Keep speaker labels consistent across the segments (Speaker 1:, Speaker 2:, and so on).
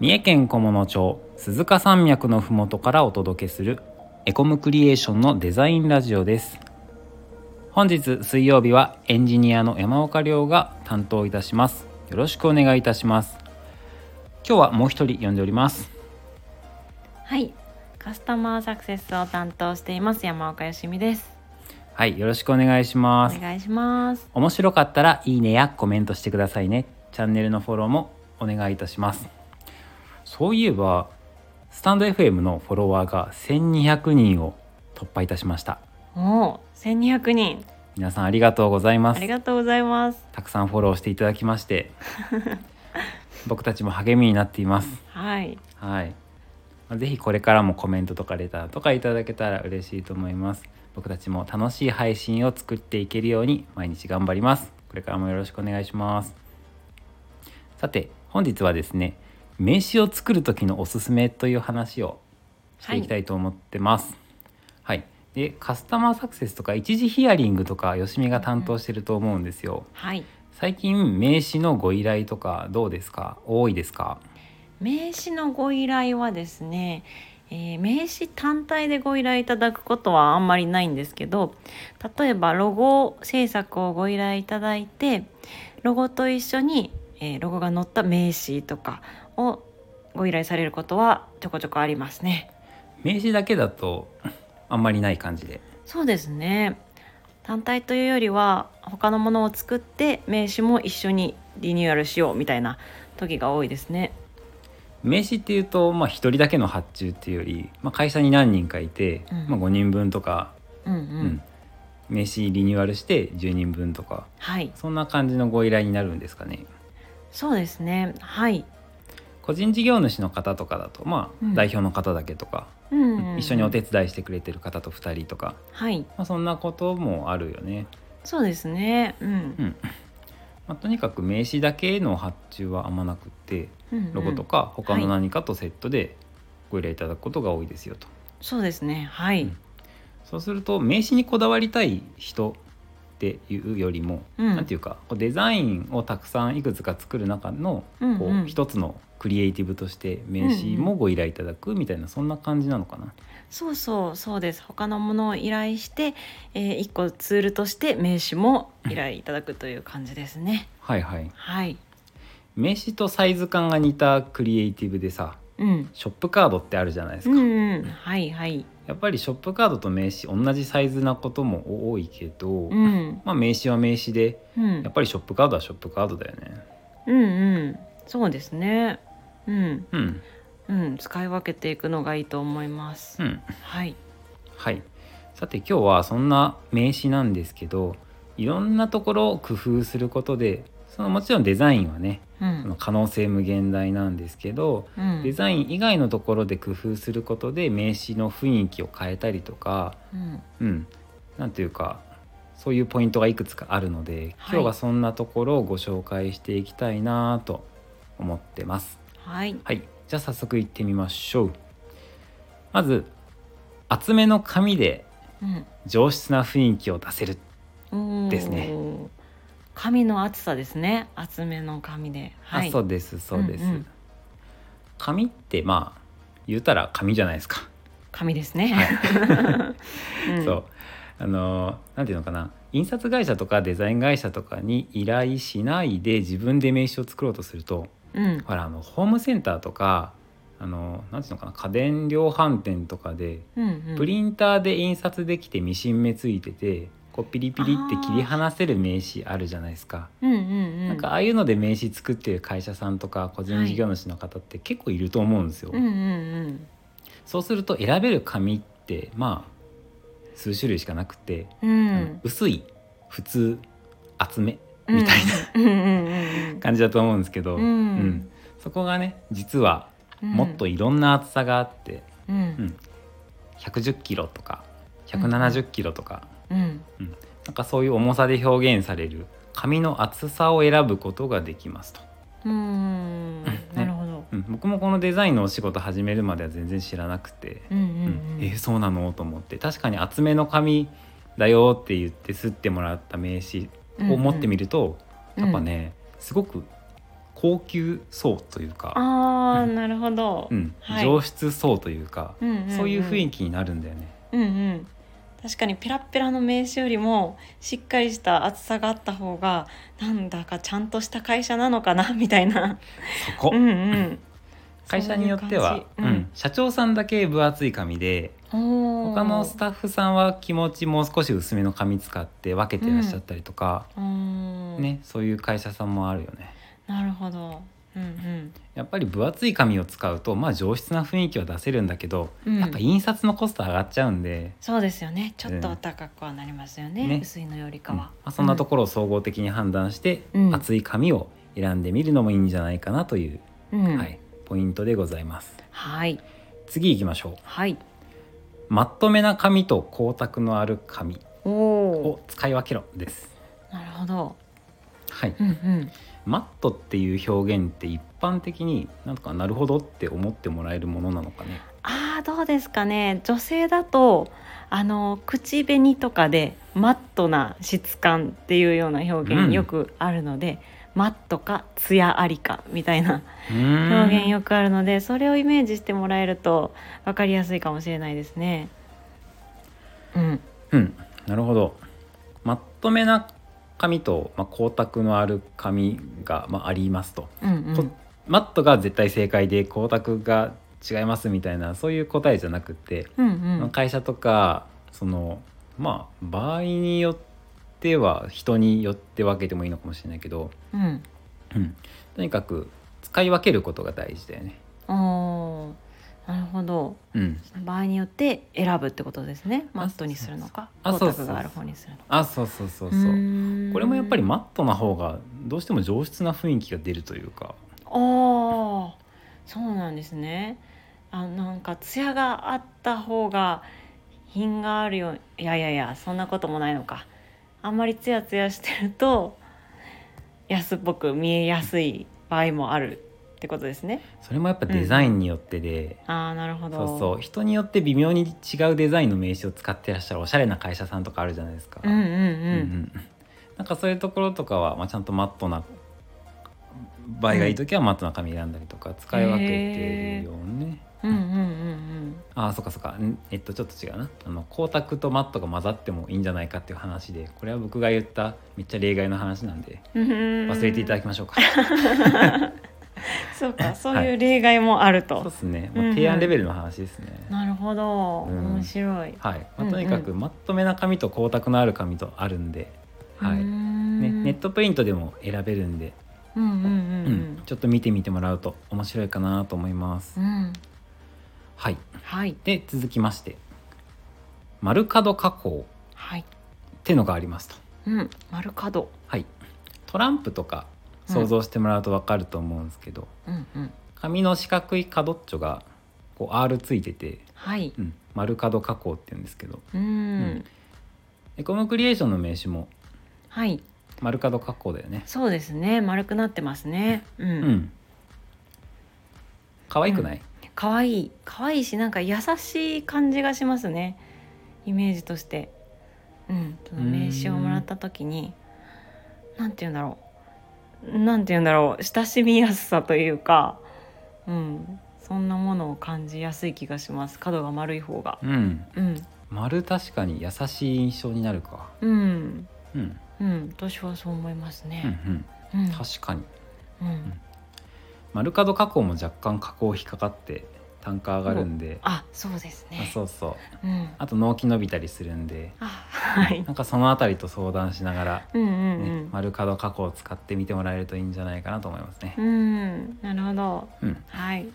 Speaker 1: 三重県菰野町鈴鹿山脈のふもとからお届けするエコムクリエーションのデザインラジオです本日水曜日はエンジニアの山岡亮が担当いたしますよろしくお願いいたします今日はもう一人呼んでおります
Speaker 2: はい、カスタマーサクセスを担当しています山岡よしみです。
Speaker 1: はいよろしくお願いし
Speaker 2: お
Speaker 1: ます
Speaker 2: 願いします。
Speaker 1: 面白かったらいいねやコメントしてくださいねチャンネルのフォローもお願いいたしますそういえばスタンド FM のフォロワーが1200人を突破いたしました
Speaker 2: おお、1200人
Speaker 1: 皆さんありがとうございま
Speaker 2: あ
Speaker 1: す
Speaker 2: りがとうございます。
Speaker 1: たくさんフォローしていただきまして 僕たちも励みになっています
Speaker 2: はい、
Speaker 1: はいまあぜひこれからもコメントとかレターとかいただけたら嬉しいと思います僕たちも楽しい配信を作っていけるように毎日頑張りますこれからもよろしくお願いしますさて本日はですね名刺を作る時のおすすめという話をしていきたいと思ってますはい、でカスタマーサクセスとか一時ヒアリングとかよしみが担当してると思うんですよ
Speaker 2: はい。
Speaker 1: 最近名刺のご依頼とかどうですか多いですか
Speaker 2: 名刺のご依頼はですね、えー名刺単体でご依頼いただくことはあんまりないんですけど例えばロゴ制作をご依頼いただいてロゴと一緒に、えーロゴが載った名刺とかをご依頼されることはちょこちょこありますね。
Speaker 1: 名刺だけだとあんまりない感じで
Speaker 2: そうですね単体というよりは他のものを作って名刺も一緒にリニューアルしようみたいな時が多いですね
Speaker 1: 名刺っていうとまあ、1人だけの発注っていうより、まあ、会社に何人かいて、
Speaker 2: うん
Speaker 1: まあ、5人分とか、
Speaker 2: うんうん、
Speaker 1: うん名刺リニューアルして10人分とか
Speaker 2: はい
Speaker 1: そんな感じのご依頼になるんですかね
Speaker 2: そうですねはい、
Speaker 1: 個人事業主の方とかだとまあ、
Speaker 2: うん
Speaker 1: 代表の方だけとか、
Speaker 2: うんうん
Speaker 1: 一緒にお手伝いしてくれてる方と2人とか、
Speaker 2: はい
Speaker 1: まあ、そんなこともあるよね、
Speaker 2: そうですねうん
Speaker 1: うんまあ、とにかく名刺だけの発注はあんまなくって
Speaker 2: うんうん
Speaker 1: ロゴとか他の何かとセットでご依頼いただくことが多いですよと。
Speaker 2: そうですねはい
Speaker 1: そうすると名刺にこだわりたい人っていうよりも
Speaker 2: うん
Speaker 1: なんていうかこうデザインをたくさんいくつか作る中の
Speaker 2: うん
Speaker 1: こ
Speaker 2: う
Speaker 1: うん一つのクリエイティブとして名刺もご依頼いただくみたいなそんな感じなのかな。
Speaker 2: そうそうそうです他のものを依頼して、えー、一個ツールとして名刺も依頼いただくという感じですね
Speaker 1: はいはい、
Speaker 2: はい
Speaker 1: 名刺とサイズ感が似たクリエイティブでさ
Speaker 2: うん
Speaker 1: ショップカードってあるじゃないです
Speaker 2: う
Speaker 1: か、
Speaker 2: んうんはいはい
Speaker 1: やっぱりショップカードと名刺同じサイズなことも多いけど、
Speaker 2: うん
Speaker 1: まあ名刺は名刺で
Speaker 2: うん
Speaker 1: やっぱりショップカードはショップカードだよね。
Speaker 2: うんうんそうですねうん
Speaker 1: うん、
Speaker 2: うん使い分けていくのがいいと思います、
Speaker 1: うん、
Speaker 2: はい
Speaker 1: はい。さて今日はそんな名刺なんですけど、いろんなところを工夫することで、そのもちろんデザインはね、
Speaker 2: う
Speaker 1: その
Speaker 2: ん、
Speaker 1: 可能性無限大なんですけど、
Speaker 2: うん
Speaker 1: デザイン以外のところで工夫することで名刺の雰囲気を変えたりとか、
Speaker 2: うん
Speaker 1: うん、なんていうか。そういうポイントがいくつかあるので、
Speaker 2: はい
Speaker 1: 今日はそんなところをご紹介していきたいなぁと思ってます。
Speaker 2: はい
Speaker 1: はい、じゃあ早速行ってみましょう。まず厚めの紙で
Speaker 2: うん
Speaker 1: 上質な雰囲気を出せる。
Speaker 2: おー
Speaker 1: ですね
Speaker 2: 紙の厚さですね厚めの紙ではい
Speaker 1: あ、そうです、そうです。
Speaker 2: うんうん
Speaker 1: 紙ってまあ言うたら紙じゃないですか。
Speaker 2: 紙ですね、 うん
Speaker 1: そう。あのーなんていうのかな。印刷会社とかデザイン会社とかに依頼しないで自分で名刺を作ろうとすると、
Speaker 2: うん
Speaker 1: ほらあのホームセンターとかあのーなんていうのかな家電量販店とかで
Speaker 2: うんうん
Speaker 1: プリンターで印刷できてミシン目ついててこうピリピリって切り離せる名刺あるじゃないですか。
Speaker 2: うんうんうん
Speaker 1: なんかああいうので名刺作ってる会社さんとか個人事業主の方って結構いると思うんですよ。
Speaker 2: うんうん
Speaker 1: そうすると選べる紙ってまあ数種類しかなくて、
Speaker 2: うんう
Speaker 1: あの
Speaker 2: ん
Speaker 1: 薄い普通厚め
Speaker 2: うん
Speaker 1: みたい
Speaker 2: うんうんうん
Speaker 1: な感じだと思うんですけど、
Speaker 2: うん
Speaker 1: そこがね実は
Speaker 2: うん
Speaker 1: もっといろんな厚さがあって、う
Speaker 2: う
Speaker 1: ん
Speaker 2: ん
Speaker 1: 110キロとか170キロとか、
Speaker 2: うん
Speaker 1: なんかそういう重さで表現される紙の厚さを選ぶことができますと。
Speaker 2: うんなるほど
Speaker 1: うん、僕もこのデザインのお仕事始めるまでは全然知らなくて、
Speaker 2: うん
Speaker 1: う
Speaker 2: うんんうん
Speaker 1: えーそうなのと思って確かに厚めの紙だよって言ってすってもらった名刺を持ってみると、
Speaker 2: うんう
Speaker 1: や
Speaker 2: ん
Speaker 1: っぱねすごく高級層というか、
Speaker 2: あーなるほど、
Speaker 1: うん
Speaker 2: はい
Speaker 1: 上質層というか、
Speaker 2: うんうんうん
Speaker 1: そういう雰囲気になるんだよね。
Speaker 2: うんうん確かにペラッペラの名刺よりもしっかりした厚さがあった方がなんだかちゃんとした会社なのかなみ たいな
Speaker 1: そこ、
Speaker 2: うんうん
Speaker 1: 会社によっては
Speaker 2: そういううん
Speaker 1: 社長さんだけ分厚い紙で他
Speaker 2: 他
Speaker 1: のスタッフさんは気持ちもう少し薄めの紙使って分けてらっしゃったりとか、ねそういう会社さんもあるよね。
Speaker 2: なるほどうん
Speaker 1: やっぱり分厚い紙を使うとまあ上質な雰囲気は出せるんだけど、
Speaker 2: うん
Speaker 1: やっぱ
Speaker 2: うん
Speaker 1: 印刷のコスト上がっちゃうんで、
Speaker 2: そうですよねちょっと
Speaker 1: うん
Speaker 2: お高くはなりますよね,、
Speaker 1: ね
Speaker 2: 薄いのよりか
Speaker 1: うんま
Speaker 2: は、
Speaker 1: あ、そんなところを総合的に判断して、
Speaker 2: うん
Speaker 1: 厚い紙を選んでみるのもいいんじゃないかなという、
Speaker 2: うん、うん、
Speaker 1: は
Speaker 2: はい
Speaker 1: い、ポイントでございます
Speaker 2: はい
Speaker 1: 次行きましょうまとめな紙と光沢のある紙
Speaker 2: おお
Speaker 1: を使い分けろです
Speaker 2: ーなるほど
Speaker 1: はい、
Speaker 2: うんうん
Speaker 1: マットっていう表現って一般的になんとかなるほどって思ってもらえるものなのかね
Speaker 2: あーどうですかね女性だとあの口紅とかでマットな質感っていうような表
Speaker 1: うん
Speaker 2: 現よくあるので、マットかツヤありかみたいな
Speaker 1: うーん
Speaker 2: 表現よくあるので、それをイメージしてもらえると分かりやすいかもしれないですね。うん、
Speaker 1: うん、なるほど。まとめな紙と、まあ、光沢のある紙が、まあ、ありますと。
Speaker 2: うん、う
Speaker 1: こ
Speaker 2: ん、
Speaker 1: マットが絶対正解で光沢が違いますみたいなそういう答えじゃなくて、
Speaker 2: うん、う
Speaker 1: まあ
Speaker 2: ん、
Speaker 1: 会社とかそのまあ場合によっては人によって分けてもいいのかもしれないけど、
Speaker 2: うん、
Speaker 1: うん、とにかく使い分けることが大事だよね。
Speaker 2: おーなるほど。
Speaker 1: うん、
Speaker 2: 場合によって選ぶってことですね。マットにするのか、
Speaker 1: あ
Speaker 2: 光
Speaker 1: そうそう
Speaker 2: 沢
Speaker 1: そう
Speaker 2: がある方にするのか。
Speaker 1: あそうそうそうそう。これもやっぱりマットな方がどうしても上質な雰囲気が出るというか。
Speaker 2: ああ、そうなんですね。あ、なんか艶があった方が品があるよ。いやいやいや、そんなこともないのか。あんまりツヤツヤしてると安っぽく見えやすい場合もあるってことですね。
Speaker 1: それもやっぱデザインによってで、
Speaker 2: ああ、なるほど。
Speaker 1: そうそう人によって微妙に違うデザインの名刺を使ってらっしゃるおしゃれな会社さんとかあるじゃないですか。
Speaker 2: うんうん
Speaker 1: うんう
Speaker 2: うん。
Speaker 1: んなんかそういうところとかは、まあ、ちゃんとマットな場合がいい時はマットな紙選んだりとか使い分けてるよね。
Speaker 2: うんうんうんうん。
Speaker 1: ああそっかそっかんえっとちょっと違うなあの光沢とマットが混ざってもいいんじゃないかっていう話でこれは僕が言っためっちゃ例外の話なんで忘
Speaker 2: 忘
Speaker 1: れていただ
Speaker 2: き
Speaker 1: きましょうか。
Speaker 2: そうかそういう例外もあると、
Speaker 1: そうですね、もう提案レベルの話ですね。
Speaker 2: なるほど、
Speaker 1: うん
Speaker 2: 面白い、
Speaker 1: はい、
Speaker 2: う
Speaker 1: ま
Speaker 2: ん
Speaker 1: あ、
Speaker 2: うん
Speaker 1: とにかくまとめな紙と光沢のある紙とあるんで、はいう
Speaker 2: ー
Speaker 1: ね、
Speaker 2: ん
Speaker 1: ネットプリントでも選べるんで、
Speaker 2: うんうんうん
Speaker 1: う
Speaker 2: うんん
Speaker 1: ちょっと見てみてもらうと面白いかなと思います、
Speaker 2: うん、
Speaker 1: はい
Speaker 2: はい
Speaker 1: で続きまして丸角加工
Speaker 2: はい、
Speaker 1: ってのがありますと
Speaker 2: うん、丸角、
Speaker 1: はいトランプとか
Speaker 2: うん
Speaker 1: 想像してもらうと分かると思うんですけど、
Speaker 2: うんうん、
Speaker 1: 紙の四角い角っちょがこう R ついてて、
Speaker 2: はい、
Speaker 1: うん、丸角加工って言うんですけど
Speaker 2: うー
Speaker 1: ん
Speaker 2: ん、
Speaker 1: エコムクリエーションの名刺も
Speaker 2: はい、
Speaker 1: 丸角加工だよね
Speaker 2: そうですね、丸くなってますね、う、
Speaker 1: うんん可愛くない、
Speaker 2: 可愛い可愛いし、なんか優しい感じがしますね、イメージとして、うん、その名刺をもらった時に、なんて言うんだろう、なんて言うんだろう、親しみやすさというか、うん、そんなものを感じやすい気がします、角が丸い方が、
Speaker 1: うん、
Speaker 2: うん、
Speaker 1: 丸確かに優しい印象になるか、
Speaker 2: うん、
Speaker 1: うん
Speaker 2: うん、私はそう思います
Speaker 1: うんう
Speaker 2: ね。
Speaker 1: ん、
Speaker 2: うん、
Speaker 1: 確かに
Speaker 2: うん、
Speaker 1: 丸角加工も若干加工引っかかって単価上がるんで、
Speaker 2: あ、そうです
Speaker 1: あ
Speaker 2: ね。
Speaker 1: そうそう
Speaker 2: うん、
Speaker 1: あと納期伸びたりするんで
Speaker 2: あ、はい。
Speaker 1: なんかそのあたりと相談しながら、
Speaker 2: うんう
Speaker 1: ね
Speaker 2: ん
Speaker 1: 丸角加工を使ってみてもらえるといいんじゃないかなと思いますね
Speaker 2: うん。、うん、なるほど。
Speaker 1: うん、
Speaker 2: はい。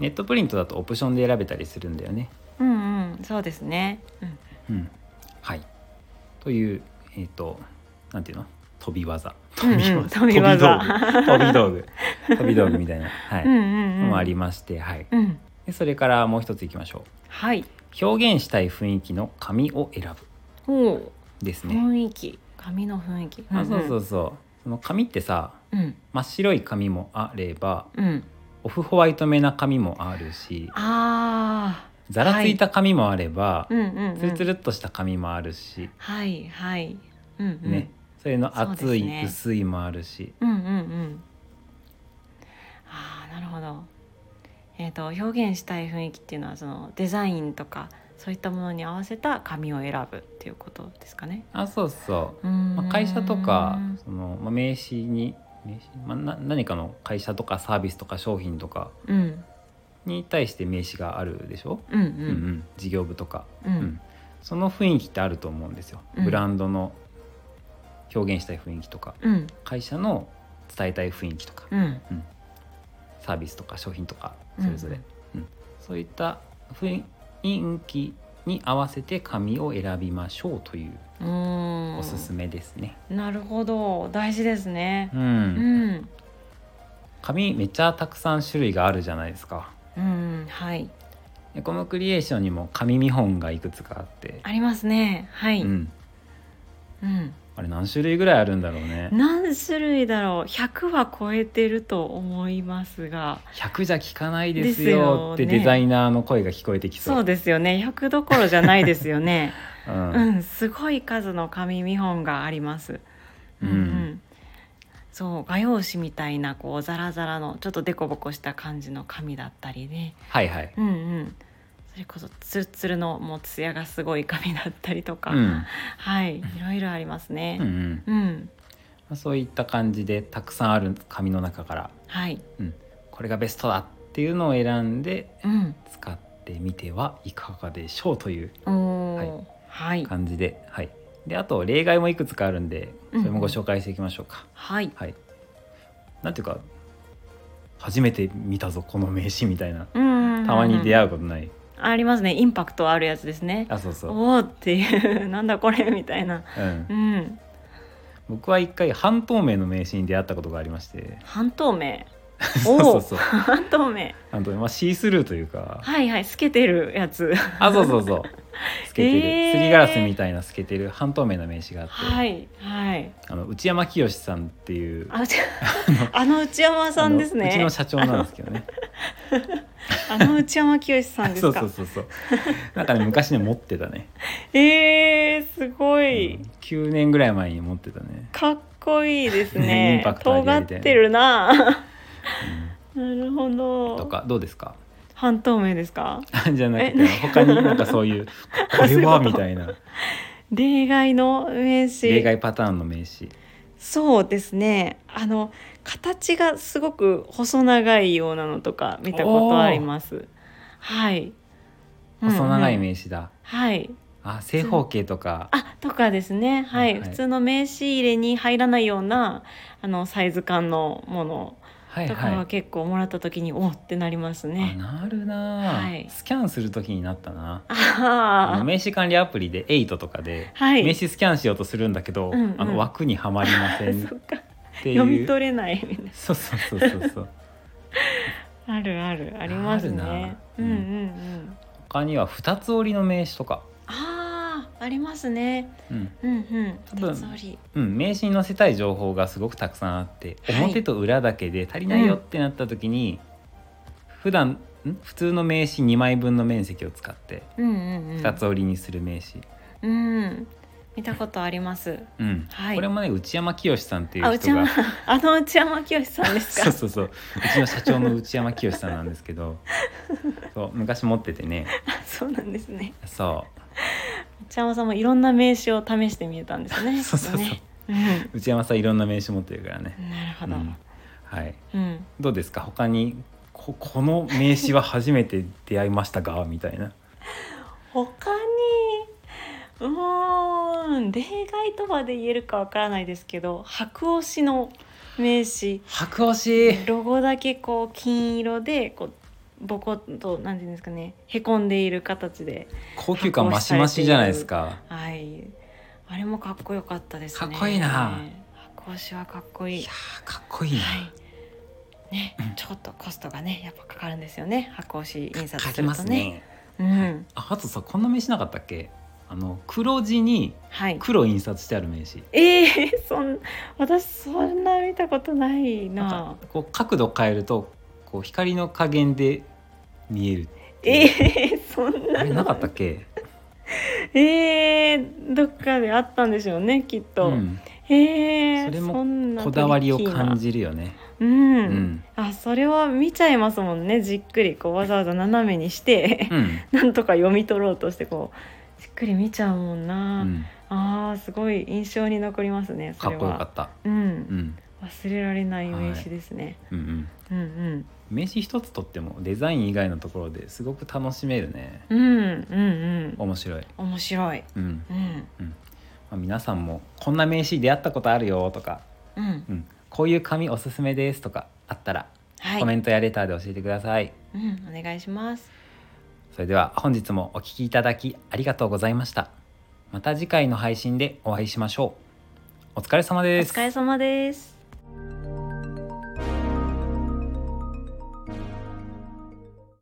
Speaker 1: ネットプリントだとオプションで選べたりするんだよね
Speaker 2: うんうん、そうですね。うん、
Speaker 1: うん、はいというえっ、となんていうの飛び技
Speaker 2: うんうん飛び技
Speaker 1: 飛び道具飛び道具 飛び道具みたいな、はい
Speaker 2: うんうんうん。
Speaker 1: もありまして、はい、
Speaker 2: うん、
Speaker 1: でそれからもう一ついきましょ
Speaker 2: はい。
Speaker 1: う表現したい雰囲気の紙を選
Speaker 2: おう、
Speaker 1: ぶですね、
Speaker 2: 雰囲気、髪の雰囲気。
Speaker 1: あそうそう
Speaker 2: う
Speaker 1: そうその紙ってさ
Speaker 2: ん。うん、
Speaker 1: 真っ白い紙もあれば
Speaker 2: うん、
Speaker 1: オフホワイトめな紙もあるし
Speaker 2: あ
Speaker 1: ざらついた紙もあれば
Speaker 2: あ、う、んうん、うん。
Speaker 1: ツルツルっとした紙もあるし、
Speaker 2: はいはい。うんうん。
Speaker 1: ね。それの
Speaker 2: そう
Speaker 1: 厚
Speaker 2: で
Speaker 1: い、
Speaker 2: すね
Speaker 1: 薄いもあるし
Speaker 2: うんうんうん。えー、と表現したい雰囲気っていうのはそのデザインとかそういったものに合わせた紙を選ぶっていうことですかね。
Speaker 1: あそうそう、
Speaker 2: ま
Speaker 1: まあ、会社とかその、まあ、名刺に名刺、まあ、な何かの会社とかサービスとか商品とか
Speaker 2: うん
Speaker 1: に対して名刺があるでしょ、
Speaker 2: うんう
Speaker 1: うんうんん、事業部とか、
Speaker 2: う
Speaker 1: うんんその雰囲気ってあると思うんですよ、
Speaker 2: うん
Speaker 1: ブランドの表現したい雰囲気とか
Speaker 2: うん
Speaker 1: 会社の伝えたい雰囲気とか、
Speaker 2: うん
Speaker 1: サービスとか商品とか
Speaker 2: うん
Speaker 1: それぞれ、うんそういった雰囲気に合わせて紙を選びましょうという
Speaker 2: うーん
Speaker 1: おすすめですね。
Speaker 2: なるほど大事ですね。
Speaker 1: うん
Speaker 2: うん
Speaker 1: 紙めっちゃたくさん種類があるじゃないですか。
Speaker 2: うんはい
Speaker 1: エコムクリエーションにも紙見本がいくつかあって、
Speaker 2: ありますねはい、
Speaker 1: うん、
Speaker 2: うん
Speaker 1: あれ何種類ぐらいあるんだろうね。
Speaker 2: 何種類だろう100は超えてると思いますが
Speaker 1: 100じゃ効かないです
Speaker 2: です
Speaker 1: よ
Speaker 2: よ
Speaker 1: って
Speaker 2: ね
Speaker 1: デザイナーの声が聞こえてきそう。
Speaker 2: そうですよね100どころじゃないですよね
Speaker 1: うん
Speaker 2: うんすごい数の紙見本があります
Speaker 1: うん
Speaker 2: そう画用紙みたいなこうザラザラのちょっとデコボコした感じの紙だったりね
Speaker 1: はいはい。
Speaker 2: うんうんそれこそツルツルのもうツヤがすごい紙だったりとか、
Speaker 1: うん
Speaker 2: はいいろいろあります
Speaker 1: うんう
Speaker 2: ね
Speaker 1: ん
Speaker 2: うん、
Speaker 1: まあそういった感じでたくさんある紙の中から
Speaker 2: はい
Speaker 1: うん、これがベストだっていうのを選んで
Speaker 2: うん
Speaker 1: 使ってみてはいかがでしょうという
Speaker 2: おーはい
Speaker 1: 感じで、はい、であと例外もいくつかあるんでそれもご紹介していきましょうか。
Speaker 2: はい
Speaker 1: はい、なんていうか初めて見たぞこの名刺みたいな
Speaker 2: た
Speaker 1: たまに出会
Speaker 2: 会う
Speaker 1: うことない、
Speaker 2: んありますねインパクトあるやつですね
Speaker 1: あそうそう、
Speaker 2: おおっていうなんだこれみたいな
Speaker 1: うん
Speaker 2: う、ん
Speaker 1: 僕は一回半透明の名刺に出会ったことがありまして
Speaker 2: 半透明
Speaker 1: そう
Speaker 2: お
Speaker 1: そ
Speaker 2: お
Speaker 1: うそう
Speaker 2: 半透明
Speaker 1: 半透明、まあ、シースルーというか
Speaker 2: はいはい透けてるやつ
Speaker 1: あそうそうそう透けてる、
Speaker 2: えー
Speaker 1: すりガラスみたいな透けてる半透明な名刺があって、
Speaker 2: はいはい
Speaker 1: あの内山清さんっていう
Speaker 2: あちあの内山さんです
Speaker 1: あのうちの
Speaker 2: ね
Speaker 1: 社長なんですけ どね。
Speaker 2: あの内山清さん で
Speaker 1: そ
Speaker 2: す
Speaker 1: う
Speaker 2: か
Speaker 1: そうそうそう。なんかね昔ね持ってたね。
Speaker 2: えー、すごい、
Speaker 1: うん9年ぐらい前に持ってたね。
Speaker 2: かっこいいです
Speaker 1: ねイン
Speaker 2: ね
Speaker 1: パクトあり
Speaker 2: 尖
Speaker 1: あ
Speaker 2: っ
Speaker 1: りで
Speaker 2: てるななるほど
Speaker 1: とかどうですか？
Speaker 2: 半透明ですか
Speaker 1: じゃなく
Speaker 2: え
Speaker 1: て他になんかそう いうこれはみたいな
Speaker 2: 例外の名刺
Speaker 1: 例外パターンの名刺。
Speaker 2: そうですねあの形がすごく細長いようなのとか見たことありますはい
Speaker 1: 細長い
Speaker 2: うんうん
Speaker 1: 名刺だ。
Speaker 2: はい
Speaker 1: あ正方形とか。
Speaker 2: あとかですねはい、
Speaker 1: はい
Speaker 2: 普通の名刺入れに入らないようなあのサイズ感のもの
Speaker 1: はい
Speaker 2: とか
Speaker 1: は。
Speaker 2: はい結構もらった時に、おおってなります
Speaker 1: あ
Speaker 2: ね
Speaker 1: なるなあ、
Speaker 2: はい
Speaker 1: スキャンする時になったな。あの
Speaker 2: ああ
Speaker 1: 名刺管理アプリで8とかで。
Speaker 2: はい
Speaker 1: 名刺スキャンしようとするんだけど、
Speaker 2: うんうん
Speaker 1: あの枠にはまりま せん
Speaker 2: そっか
Speaker 1: っていう
Speaker 2: 読み取れないみたいな
Speaker 1: そうそうそうそうそう
Speaker 2: あるあるあります
Speaker 1: あるな
Speaker 2: ねうんうんうん
Speaker 1: 他には二つ折りの名刺とか、
Speaker 2: ああありますね
Speaker 1: うん
Speaker 2: うんうん
Speaker 1: 多分
Speaker 2: 二つ折り
Speaker 1: うん、名刺に載せたい情報がすごくたくさんあって、
Speaker 2: はい
Speaker 1: 表と裏だけで足りないよってなった時に、普段ん普通の名刺2枚分の面積を使って
Speaker 2: うんうんうん
Speaker 1: 二つ折りにする名刺、
Speaker 2: うん見たことあります
Speaker 1: うん
Speaker 2: はい
Speaker 1: これもね内山清さんってい
Speaker 2: あ
Speaker 1: う
Speaker 2: 内
Speaker 1: 人が
Speaker 2: 山 あの内山清さんです
Speaker 1: そう
Speaker 2: か
Speaker 1: そうそううちの社長の内山清さんなんですけど そう昔持っててね
Speaker 2: あ そうなんですね
Speaker 1: そ
Speaker 2: 内山さんもいろんな名刺を試してみたんですね
Speaker 1: そうそうそう
Speaker 2: きっとね
Speaker 1: う内山さんいろんな名刺持ってるからね
Speaker 2: う、んなるほ
Speaker 1: う
Speaker 2: ど
Speaker 1: んはい、
Speaker 2: うん
Speaker 1: どうですか他にここの名刺は初めて出会いましたがみたいな
Speaker 2: 他にうーん例外とまで言えるかわからないですけど白押しの名刺
Speaker 1: 白押し
Speaker 2: ロゴだけこう金色でこうボコッとなんていうんですかねへこんでいる形で
Speaker 1: 高級感マシマシじゃないですか
Speaker 2: はいあれもかっこよかったですね
Speaker 1: かっこいいな
Speaker 2: 白押しはかっこい
Speaker 1: い
Speaker 2: い
Speaker 1: やーかっこいいな、
Speaker 2: はいねちょっとコストがねやっぱかかるんですよね白押し印刷
Speaker 1: 書
Speaker 2: す
Speaker 1: き
Speaker 2: る
Speaker 1: ま
Speaker 2: と
Speaker 1: す
Speaker 2: ね
Speaker 1: ね
Speaker 2: うん
Speaker 1: ああとさこんな名刺なかったっけあの黒字に
Speaker 2: はい
Speaker 1: 黒印刷してある名刺
Speaker 2: えー、そん私そんな見たことないな
Speaker 1: なんかこう角度変えるとこう光の加減で見える
Speaker 2: えー、そん
Speaker 1: あ
Speaker 2: な
Speaker 1: れなかったっけ
Speaker 2: えー、どっかであったんでしょうねきっと、
Speaker 1: うん、
Speaker 2: えー、
Speaker 1: それも
Speaker 2: んな
Speaker 1: こだわりを
Speaker 2: トリッキーな
Speaker 1: 感じるよね。
Speaker 2: うん、
Speaker 1: うん
Speaker 2: あそれは見ちゃいますもんねじっくりこうわざわざ斜めにして
Speaker 1: うん。
Speaker 2: なんとか読み取ろうとしてこうじっくり見ちゃうもん
Speaker 1: う
Speaker 2: な、
Speaker 1: ん。
Speaker 2: あーすごい印象に残りますねそ
Speaker 1: かっ
Speaker 2: れは
Speaker 1: こよかった。
Speaker 2: う、
Speaker 1: うんん。
Speaker 2: 忘れられない名刺ですね、
Speaker 1: うんうん。
Speaker 2: うん
Speaker 1: 名刺一つとってもデザイン以外のところですごく楽しめるね。
Speaker 2: うんうんうんうん
Speaker 1: 面白い。
Speaker 2: 面白い
Speaker 1: うん。
Speaker 2: うん
Speaker 1: まあ、皆さんもこんな名刺出会ったことあるよとか、
Speaker 2: うん
Speaker 1: うん、こういう紙おすすめですとかあったら
Speaker 2: はい
Speaker 1: コメントやレターで教えてください。
Speaker 2: うん、お願いします
Speaker 1: それでは本日もお聞きいただきありがとうございました。また次回の配信でお会いしましょう。お疲れ様
Speaker 2: お
Speaker 1: です。
Speaker 2: 疲れ様です